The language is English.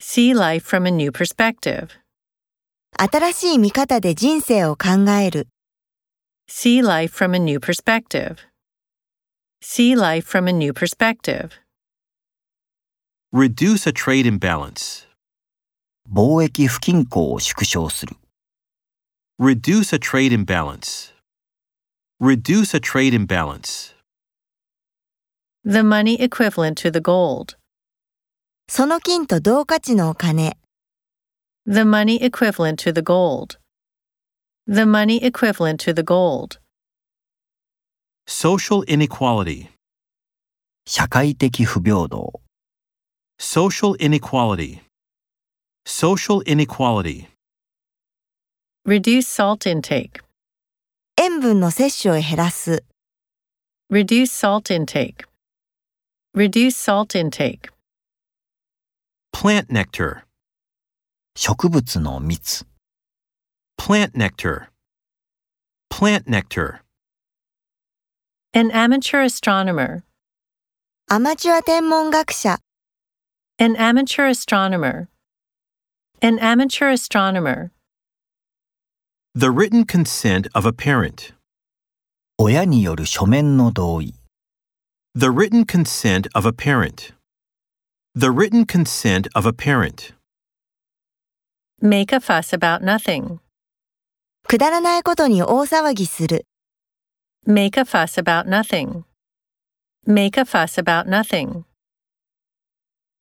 See life from a new perspective. 新しい見方で人生を考える。 See life from a new perspective. See life from a new perspective. Reduce a trade imbalance. 貿易不均衡を縮小する。 Reduce a trade imbalance. Reduce a trade imbalance. The money equivalent to the gold. その金と同価値のお金。 The money equivalent to the gold. The money equivalent to the gold. Social inequality. 社会的不平等。 Social inequality. Social inequality. Reduce salt intake. 塩分の摂取を減らす。 Reduce salt intake. Reduce salt intake. Plant nectar. 植物の蜜。 Plant nectar. Plant nectar. An amateur astronomer. アマチュア天文学者。 An amateur astronomer. An amateur astronomer. The written consent of a parent. 親による書面の同意。 The written consent of a parent. The written consent of a parent. Make a fuss about nothing. くだらないことに大騒ぎする。 Make a fuss about nothing. Make a fuss about nothing.